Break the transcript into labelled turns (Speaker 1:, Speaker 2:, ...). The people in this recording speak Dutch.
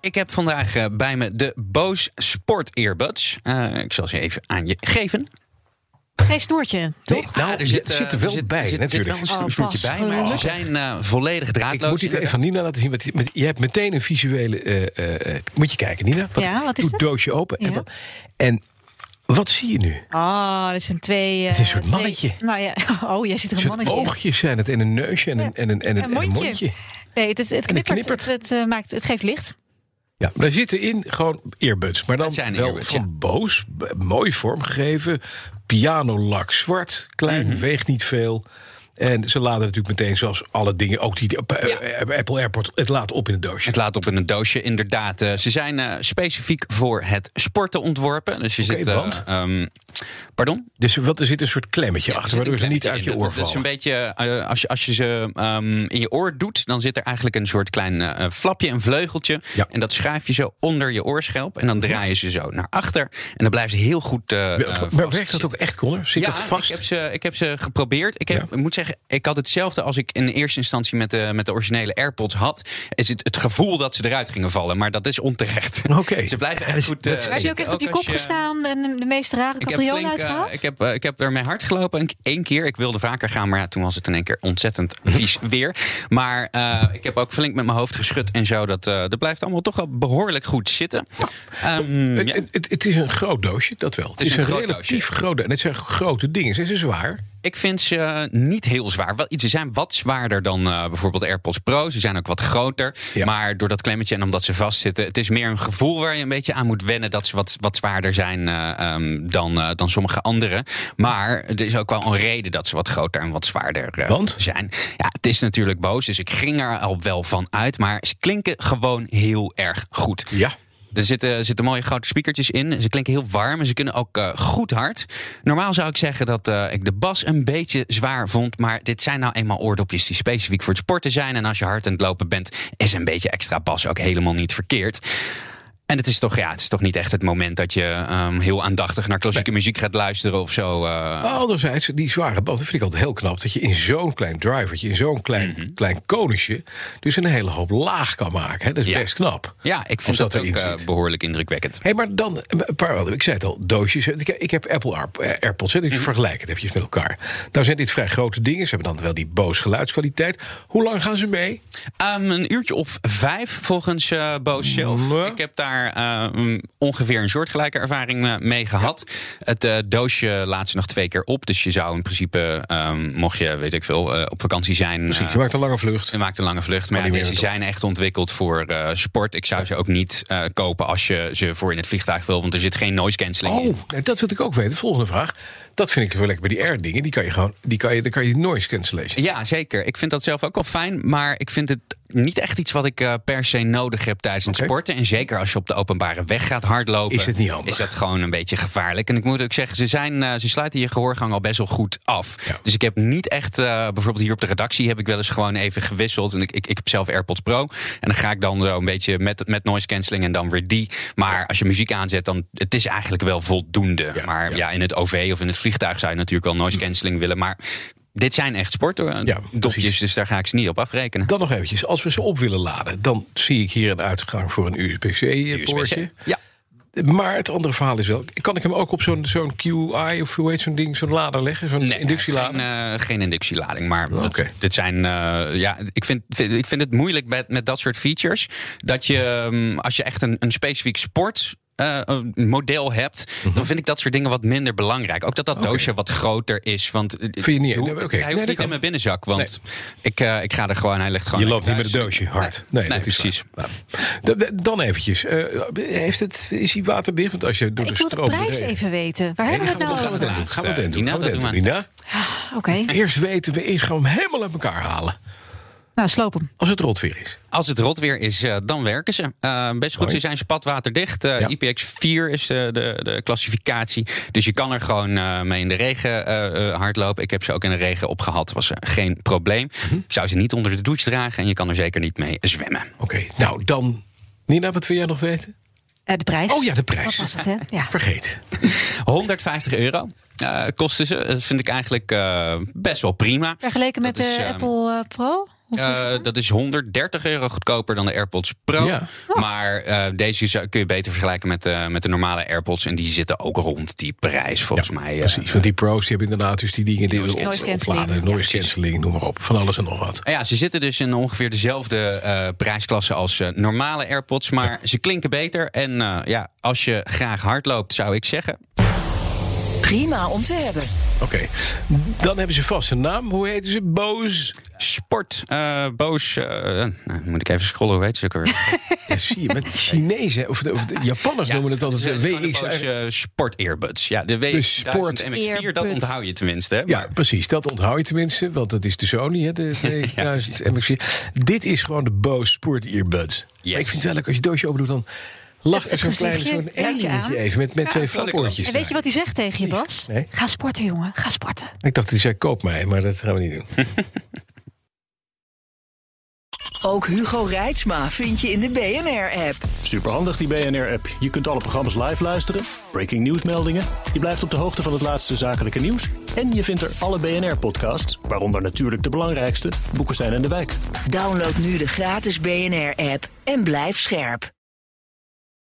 Speaker 1: Ik heb vandaag eh, bij me de Bose Sport Earbuds. Eh, ik zal ze even aan je geven.
Speaker 2: Geen snoertje, toch?
Speaker 3: Nee, nou, er zit,
Speaker 1: eh,
Speaker 3: zit er wel
Speaker 1: zit-
Speaker 3: bij,
Speaker 1: zit- zit
Speaker 3: natuurlijk. Ah,
Speaker 1: wel een
Speaker 2: Oh,
Speaker 1: stoeltje
Speaker 2: pas,
Speaker 1: bij, maar ze
Speaker 2: gelukkig.
Speaker 1: zijn eh, volledig draadloos.
Speaker 3: ik moet dit even aan
Speaker 1: inderdaad.
Speaker 3: Nina laten zien. Want je- je hebt meteen een visuele... eh, eh, eh, moet je kijken, Nina.
Speaker 2: Ja, wat
Speaker 3: doe
Speaker 2: is dat?
Speaker 3: het doosje open. En,
Speaker 2: Ja.
Speaker 3: wat, en wat zie je nu?
Speaker 2: Ah, dat zijn twee...
Speaker 3: Het is een soort mannetje.
Speaker 2: nou ja, oh, jij ziet er
Speaker 3: Een
Speaker 2: een
Speaker 3: soort
Speaker 2: mannetje in.
Speaker 3: oogjes zijn het en een neusje en een, en een, en een,
Speaker 2: Een
Speaker 3: en een
Speaker 2: mondje.
Speaker 3: mondje.
Speaker 2: Nee, het, is, het
Speaker 3: En het
Speaker 2: knippert.
Speaker 3: knippert.
Speaker 2: Het, eh, maakt, het geeft licht.
Speaker 3: Ja, maar daar zitten in gewoon earbuds. Maar dan
Speaker 1: Het zijn
Speaker 3: wel
Speaker 1: earbuds,
Speaker 3: van
Speaker 1: ja.
Speaker 3: Boos. B- Mooi vormgegeven. Pianolak zwart. Klein, weegt niet veel. En ze laden natuurlijk meteen, zoals alle dingen, ook die die- eh, eh, Apple Airport, het laat op in het doosje.
Speaker 1: Het laat op in een doosje, inderdaad. Eh, ze zijn eh, specifiek voor het sporten ontworpen. Dus je
Speaker 3: Oké,
Speaker 1: zit... eh,
Speaker 3: want?
Speaker 1: ehm, pardon?
Speaker 3: Dus wat, er zit een soort klemmetje
Speaker 1: Ja, er
Speaker 3: achter,
Speaker 1: zit
Speaker 3: waardoor
Speaker 1: een
Speaker 3: ze dus niet uit
Speaker 1: klemmetje
Speaker 3: je
Speaker 1: in.
Speaker 3: oor
Speaker 1: Dat- Dat is een
Speaker 3: vallen.
Speaker 1: beetje, eh, als, je, als je ze ehm, in je oor doet, dan zit er eigenlijk een soort klein eh, flapje, een vleugeltje.
Speaker 3: Ja.
Speaker 1: En dat schuif je zo onder je oorschelp. En dan draai je ze zo naar achter. En dan blijven ze heel goed. eh, eh,
Speaker 3: maar
Speaker 1: vast
Speaker 3: werkt dat
Speaker 1: zitten.
Speaker 3: ook echt, Connor? Zit dat vast?
Speaker 1: Ik heb ze, ik heb ze geprobeerd. Ik, heb,
Speaker 3: Ja.
Speaker 1: ik moet zeggen, ik had hetzelfde als ik in eerste instantie met de, met de originele AirPods had. Is het, het gevoel dat ze eruit gingen vallen. Maar dat is onterecht.
Speaker 3: Oké.
Speaker 1: Ze blijven
Speaker 3: Ja, dat
Speaker 1: echt
Speaker 3: is-
Speaker 1: goed.
Speaker 3: dat
Speaker 1: eh,
Speaker 3: is-
Speaker 2: Maar heb je ook echt op je
Speaker 1: als
Speaker 2: kop gestaan en de meest rare
Speaker 1: ik heb,
Speaker 2: capriolen
Speaker 1: flink, eh,
Speaker 2: uitgehaald?
Speaker 1: ik, heb, eh, ik heb ermee hard gelopen. Eén- Eén keer. Ik wilde vaker gaan, maar ja, toen was het in één keer ontzettend vies weer. Maar eh, ik heb ook flink met mijn hoofd geschud en zo. Dat, eh, dat blijft allemaal toch wel behoorlijk goed zitten. Ehm,
Speaker 3: Het,
Speaker 1: ja.
Speaker 3: het, het- het is een groot doosje, dat wel. Het is, een,
Speaker 1: groot
Speaker 3: relatief
Speaker 1: doosje.
Speaker 3: groot doosje. En het zijn grote dingen. Zijn ze zwaar?
Speaker 1: Ik vind ze eh, niet heel zwaar. Wel, ze zijn wat zwaarder dan eh, bijvoorbeeld AirPods Pro. Ze zijn ook wat groter.
Speaker 3: Ja.
Speaker 1: Maar door dat klemmetje en omdat ze vastzitten... het is meer een gevoel waar je een beetje aan moet wennen... dat ze wat, wat zwaarder zijn eh, ehm, dan, eh, dan sommige andere. Maar er is ook wel een reden dat ze wat groter en wat zwaarder eh,
Speaker 3: Want?
Speaker 1: zijn. Ja, het is natuurlijk boos, dus ik ging er al wel van uit. Maar ze klinken gewoon heel erg goed.
Speaker 3: Ja.
Speaker 1: Er zitten, zitten mooie grote speakertjes in. Ze klinken heel warm en ze kunnen ook eh, goed hard. Normaal zou ik zeggen dat eh, ik de bas een beetje zwaar vond. Maar dit zijn nou eenmaal oordopjes die specifiek voor het sporten zijn. En als je hard aan het lopen bent, is een beetje extra bas ook helemaal niet verkeerd. En het is toch, ja, het is toch niet echt het moment dat je ehm, heel aandachtig naar klassieke muziek gaat luisteren of zo. eh.
Speaker 3: Anderzijds, die zware bal, dat vind ik altijd heel knap. Dat je in zo'n klein drivertje, in zo'n klein,
Speaker 1: Mhm.
Speaker 3: klein konusje... dus een hele hoop laag kan maken. Hè? Dat is
Speaker 1: Ja.
Speaker 3: best knap.
Speaker 1: ja, ik
Speaker 3: Als
Speaker 1: vind dat, ook
Speaker 3: erin
Speaker 1: eh,
Speaker 3: zit.
Speaker 1: behoorlijk indrukwekkend.
Speaker 3: Hé, maar dan eh, een paar woorden. Ik zei het al, doosjes. Ik, ik heb Apple Air- eh, AirPods, hè, dus ik vergelijk het eventjes met elkaar. Nou zijn dit vrij grote dingen. Ze hebben dan wel die boos geluidskwaliteit. Hoe lang gaan ze mee?
Speaker 1: Ehm, een uurtje of vijf volgens eh Boos zelf.
Speaker 3: Mwah.
Speaker 1: Ik heb daar ehm, ongeveer een soortgelijke ervaring eh, mee gehad. Het eh, doosje laat ze nog twee keer op. Dus je zou in principe, ehm, mocht je, weet ik veel, eh, op vakantie zijn...
Speaker 3: Precies,
Speaker 1: eh,
Speaker 3: je maakt een lange vlucht.
Speaker 1: je maakt een lange vlucht.
Speaker 3: Oh,
Speaker 1: Maar ja,
Speaker 3: die
Speaker 1: deze
Speaker 3: wereld
Speaker 1: zijn echt ontwikkeld voor eh, sport. Ik zou ze ook niet eh, kopen als je ze voor in het vliegtuig wil. Want er zit geen noise cancelling in.
Speaker 3: Oh, nou, dat wil ik ook weten. Volgende vraag. Dat vind ik wel lekker bij die Air dingen. Die kan je gewoon, die kan je, dan kan je noise cancellation.
Speaker 1: Ja, zeker. Ik vind dat zelf ook wel fijn. Maar ik vind het niet echt iets wat ik eh, per se nodig heb tijdens het
Speaker 3: Oké.
Speaker 1: sporten. En zeker als je op de openbare weg gaat hardlopen.
Speaker 3: Is het niet handig.
Speaker 1: Is dat gewoon een beetje gevaarlijk. En ik moet ook zeggen, ze, zijn, eh, ze sluiten je gehoorgang al best wel goed af.
Speaker 3: Ja.
Speaker 1: Dus ik heb niet echt... eh, bijvoorbeeld hier op de redactie heb ik wel eens gewoon even gewisseld. En ik, ik, ik heb zelf AirPods Pro. En dan ga ik dan zo een beetje met, met noise cancelling en dan weer die. Maar als je muziek aanzet, dan het is eigenlijk wel voldoende.
Speaker 3: Ja,
Speaker 1: maar
Speaker 3: ja. Mm.
Speaker 1: ja, in het OV of in het vliegtuig zou je natuurlijk wel noise cancelling willen. Maar... Dit zijn echt sporten
Speaker 3: Ja,
Speaker 1: dopjes,
Speaker 3: precies.
Speaker 1: dus daar ga ik ze niet op afrekenen.
Speaker 3: Dan nog eventjes, als we ze op willen laden, dan zie ik hier een uitgang voor een USB-C-poortje.
Speaker 1: Ja.
Speaker 3: Maar het andere verhaal is wel, kan ik hem ook op zo'n zo'n QI of hoe heet zo'n ding, zo'n lader leggen, zo'n inductielader?
Speaker 1: Geen, eh, geen inductielading, maar dat-
Speaker 3: Oh, Oké.
Speaker 1: dit zijn. eh, ja, ik vind, vind- ik vind het moeilijk met, met dat soort features. Dat je, ehm, als je echt een, een specifiek sport. eh, een model hebt,
Speaker 3: Mhm.
Speaker 1: dan vind ik dat soort dingen wat minder belangrijk. Ook dat dat doosje wat groter is. Want eh,
Speaker 3: Vind je niet-
Speaker 1: hoe-
Speaker 3: nee, oké. Nee,
Speaker 1: Hij hoeft
Speaker 3: dat
Speaker 1: niet
Speaker 3: kan.
Speaker 1: in mijn binnenzak, want ik, eh, ik ga er gewoon, hij ligt gewoon.
Speaker 3: Je loopt niet
Speaker 1: lekker
Speaker 3: met het
Speaker 1: thuis.
Speaker 3: doosje hard. Nee,
Speaker 1: Nee,
Speaker 3: dat is
Speaker 1: precies.
Speaker 3: waar. Nou, d- d- Dan eventjes, eh, heeft het, is hij waterdicht? Want als je door
Speaker 2: ik
Speaker 3: de
Speaker 2: wil de
Speaker 3: stroom...
Speaker 2: prijs
Speaker 3: dreef-
Speaker 2: even weten. Waar
Speaker 3: Nee,
Speaker 2: hebben
Speaker 3: die
Speaker 2: we het
Speaker 3: gaan
Speaker 2: nou
Speaker 3: we- gaan we
Speaker 2: over?
Speaker 3: het doen. Gaan we het
Speaker 1: Nina,
Speaker 3: doen. Gaan we het
Speaker 1: dat
Speaker 3: doen,
Speaker 1: doen we.
Speaker 3: Nina.
Speaker 2: Oké.
Speaker 3: Eerst weten we, eerst gaan we hem helemaal uit elkaar halen.
Speaker 2: Nou, sloop hem.
Speaker 3: Als het rot weer is.
Speaker 1: Als het rot weer is, eh, dan werken ze. Eh, best goed,
Speaker 3: Mooi.
Speaker 1: ze zijn spatwaterdicht. Eh
Speaker 3: Ja.
Speaker 1: IPX4 is eh, de, de klassificatie. Dus je kan er gewoon eh, mee in de regen eh, eh, hardlopen. Ik heb ze ook in de regen opgehad. Was eh, geen probleem. Ik zou ze niet onder de douche dragen. En je kan er zeker niet mee zwemmen.
Speaker 3: Oké, nou dan. Nina, wat wil jij nog weten?
Speaker 2: Eh, de prijs.
Speaker 3: Oh ja, de prijs.
Speaker 2: Dat was het, hè? Ja.
Speaker 3: Vergeet.
Speaker 1: 150 euro eh, kosten ze. Dat vind ik eigenlijk eh, best wel prima.
Speaker 2: Vergeleken met
Speaker 1: Dat is,
Speaker 2: de
Speaker 1: ehm,
Speaker 2: Apple eh, Pro? Hoe
Speaker 1: Eh,
Speaker 2: is dat?
Speaker 1: dat is 130 euro goedkoper dan de AirPods Pro.
Speaker 3: Ja.
Speaker 1: Maar eh, deze zou- kun je beter vergelijken met, eh, met de normale AirPods. En die zitten ook rond die prijs, volgens mij. eh.
Speaker 3: Precies, want die pro's die hebben inderdaad dus die dingen die
Speaker 1: Noise
Speaker 3: we ons
Speaker 2: cancelling.
Speaker 3: opladen. Noise cancelling, noem maar op. Van alles en nog wat.
Speaker 1: Eh, Ja, ze zitten dus in ongeveer dezelfde eh, prijsklasse als eh, normale AirPods. Maar ze klinken beter. En eh, ja, als je graag hard loopt, zou ik zeggen.
Speaker 4: Prima om te hebben.
Speaker 3: Oké, dan hebben ze vast een naam. Hoe heten ze? Boos.
Speaker 1: Sport, eh, boos. eh, nou, moet ik even scrollen, hoe heet ze ook alweer?
Speaker 3: Ja, zie je, met Chinezen of de, of de Japanners noemen het altijd
Speaker 1: ze-
Speaker 3: de
Speaker 1: gewoon de
Speaker 3: WX.
Speaker 1: Bose, eh, sport earbuds. Ja, de
Speaker 3: De
Speaker 1: WX
Speaker 3: sport-
Speaker 1: 1000 MX4, dat
Speaker 2: Earbuds.
Speaker 1: onthoud je tenminste. Hè?
Speaker 3: Ja, precies. Dat onthoud je tenminste, want dat is de Sony, hè, de 2000 MX4. Dit is gewoon de Bose Sport Earbuds. Maar ik vind het wel leuk, als je het doosje open doet, dan lacht er
Speaker 2: Het
Speaker 3: zo'n klein
Speaker 2: gezichtje
Speaker 3: zo'n
Speaker 2: raakt
Speaker 3: alientje
Speaker 2: je aan.
Speaker 3: even met, met twee flapoortjes.
Speaker 2: En weet je wat hij zegt tegen je, Bas?
Speaker 3: Nee.
Speaker 2: Ga sporten, jongen. Ga sporten.
Speaker 3: Ik dacht, die zei koop mij, maar dat gaan we niet doen.
Speaker 4: Ook Hugo Reitsma vind je in de BNR-app.
Speaker 5: Superhandig die BNR-app. Je kunt alle programma's live luisteren, breaking nieuwsmeldingen. Je blijft op de hoogte van het laatste zakelijke nieuws. En je vindt er alle BNR-podcasts, waaronder natuurlijk de belangrijkste, Boeken zijn in de wijk.
Speaker 4: Download nu de gratis BNR-app en blijf scherp.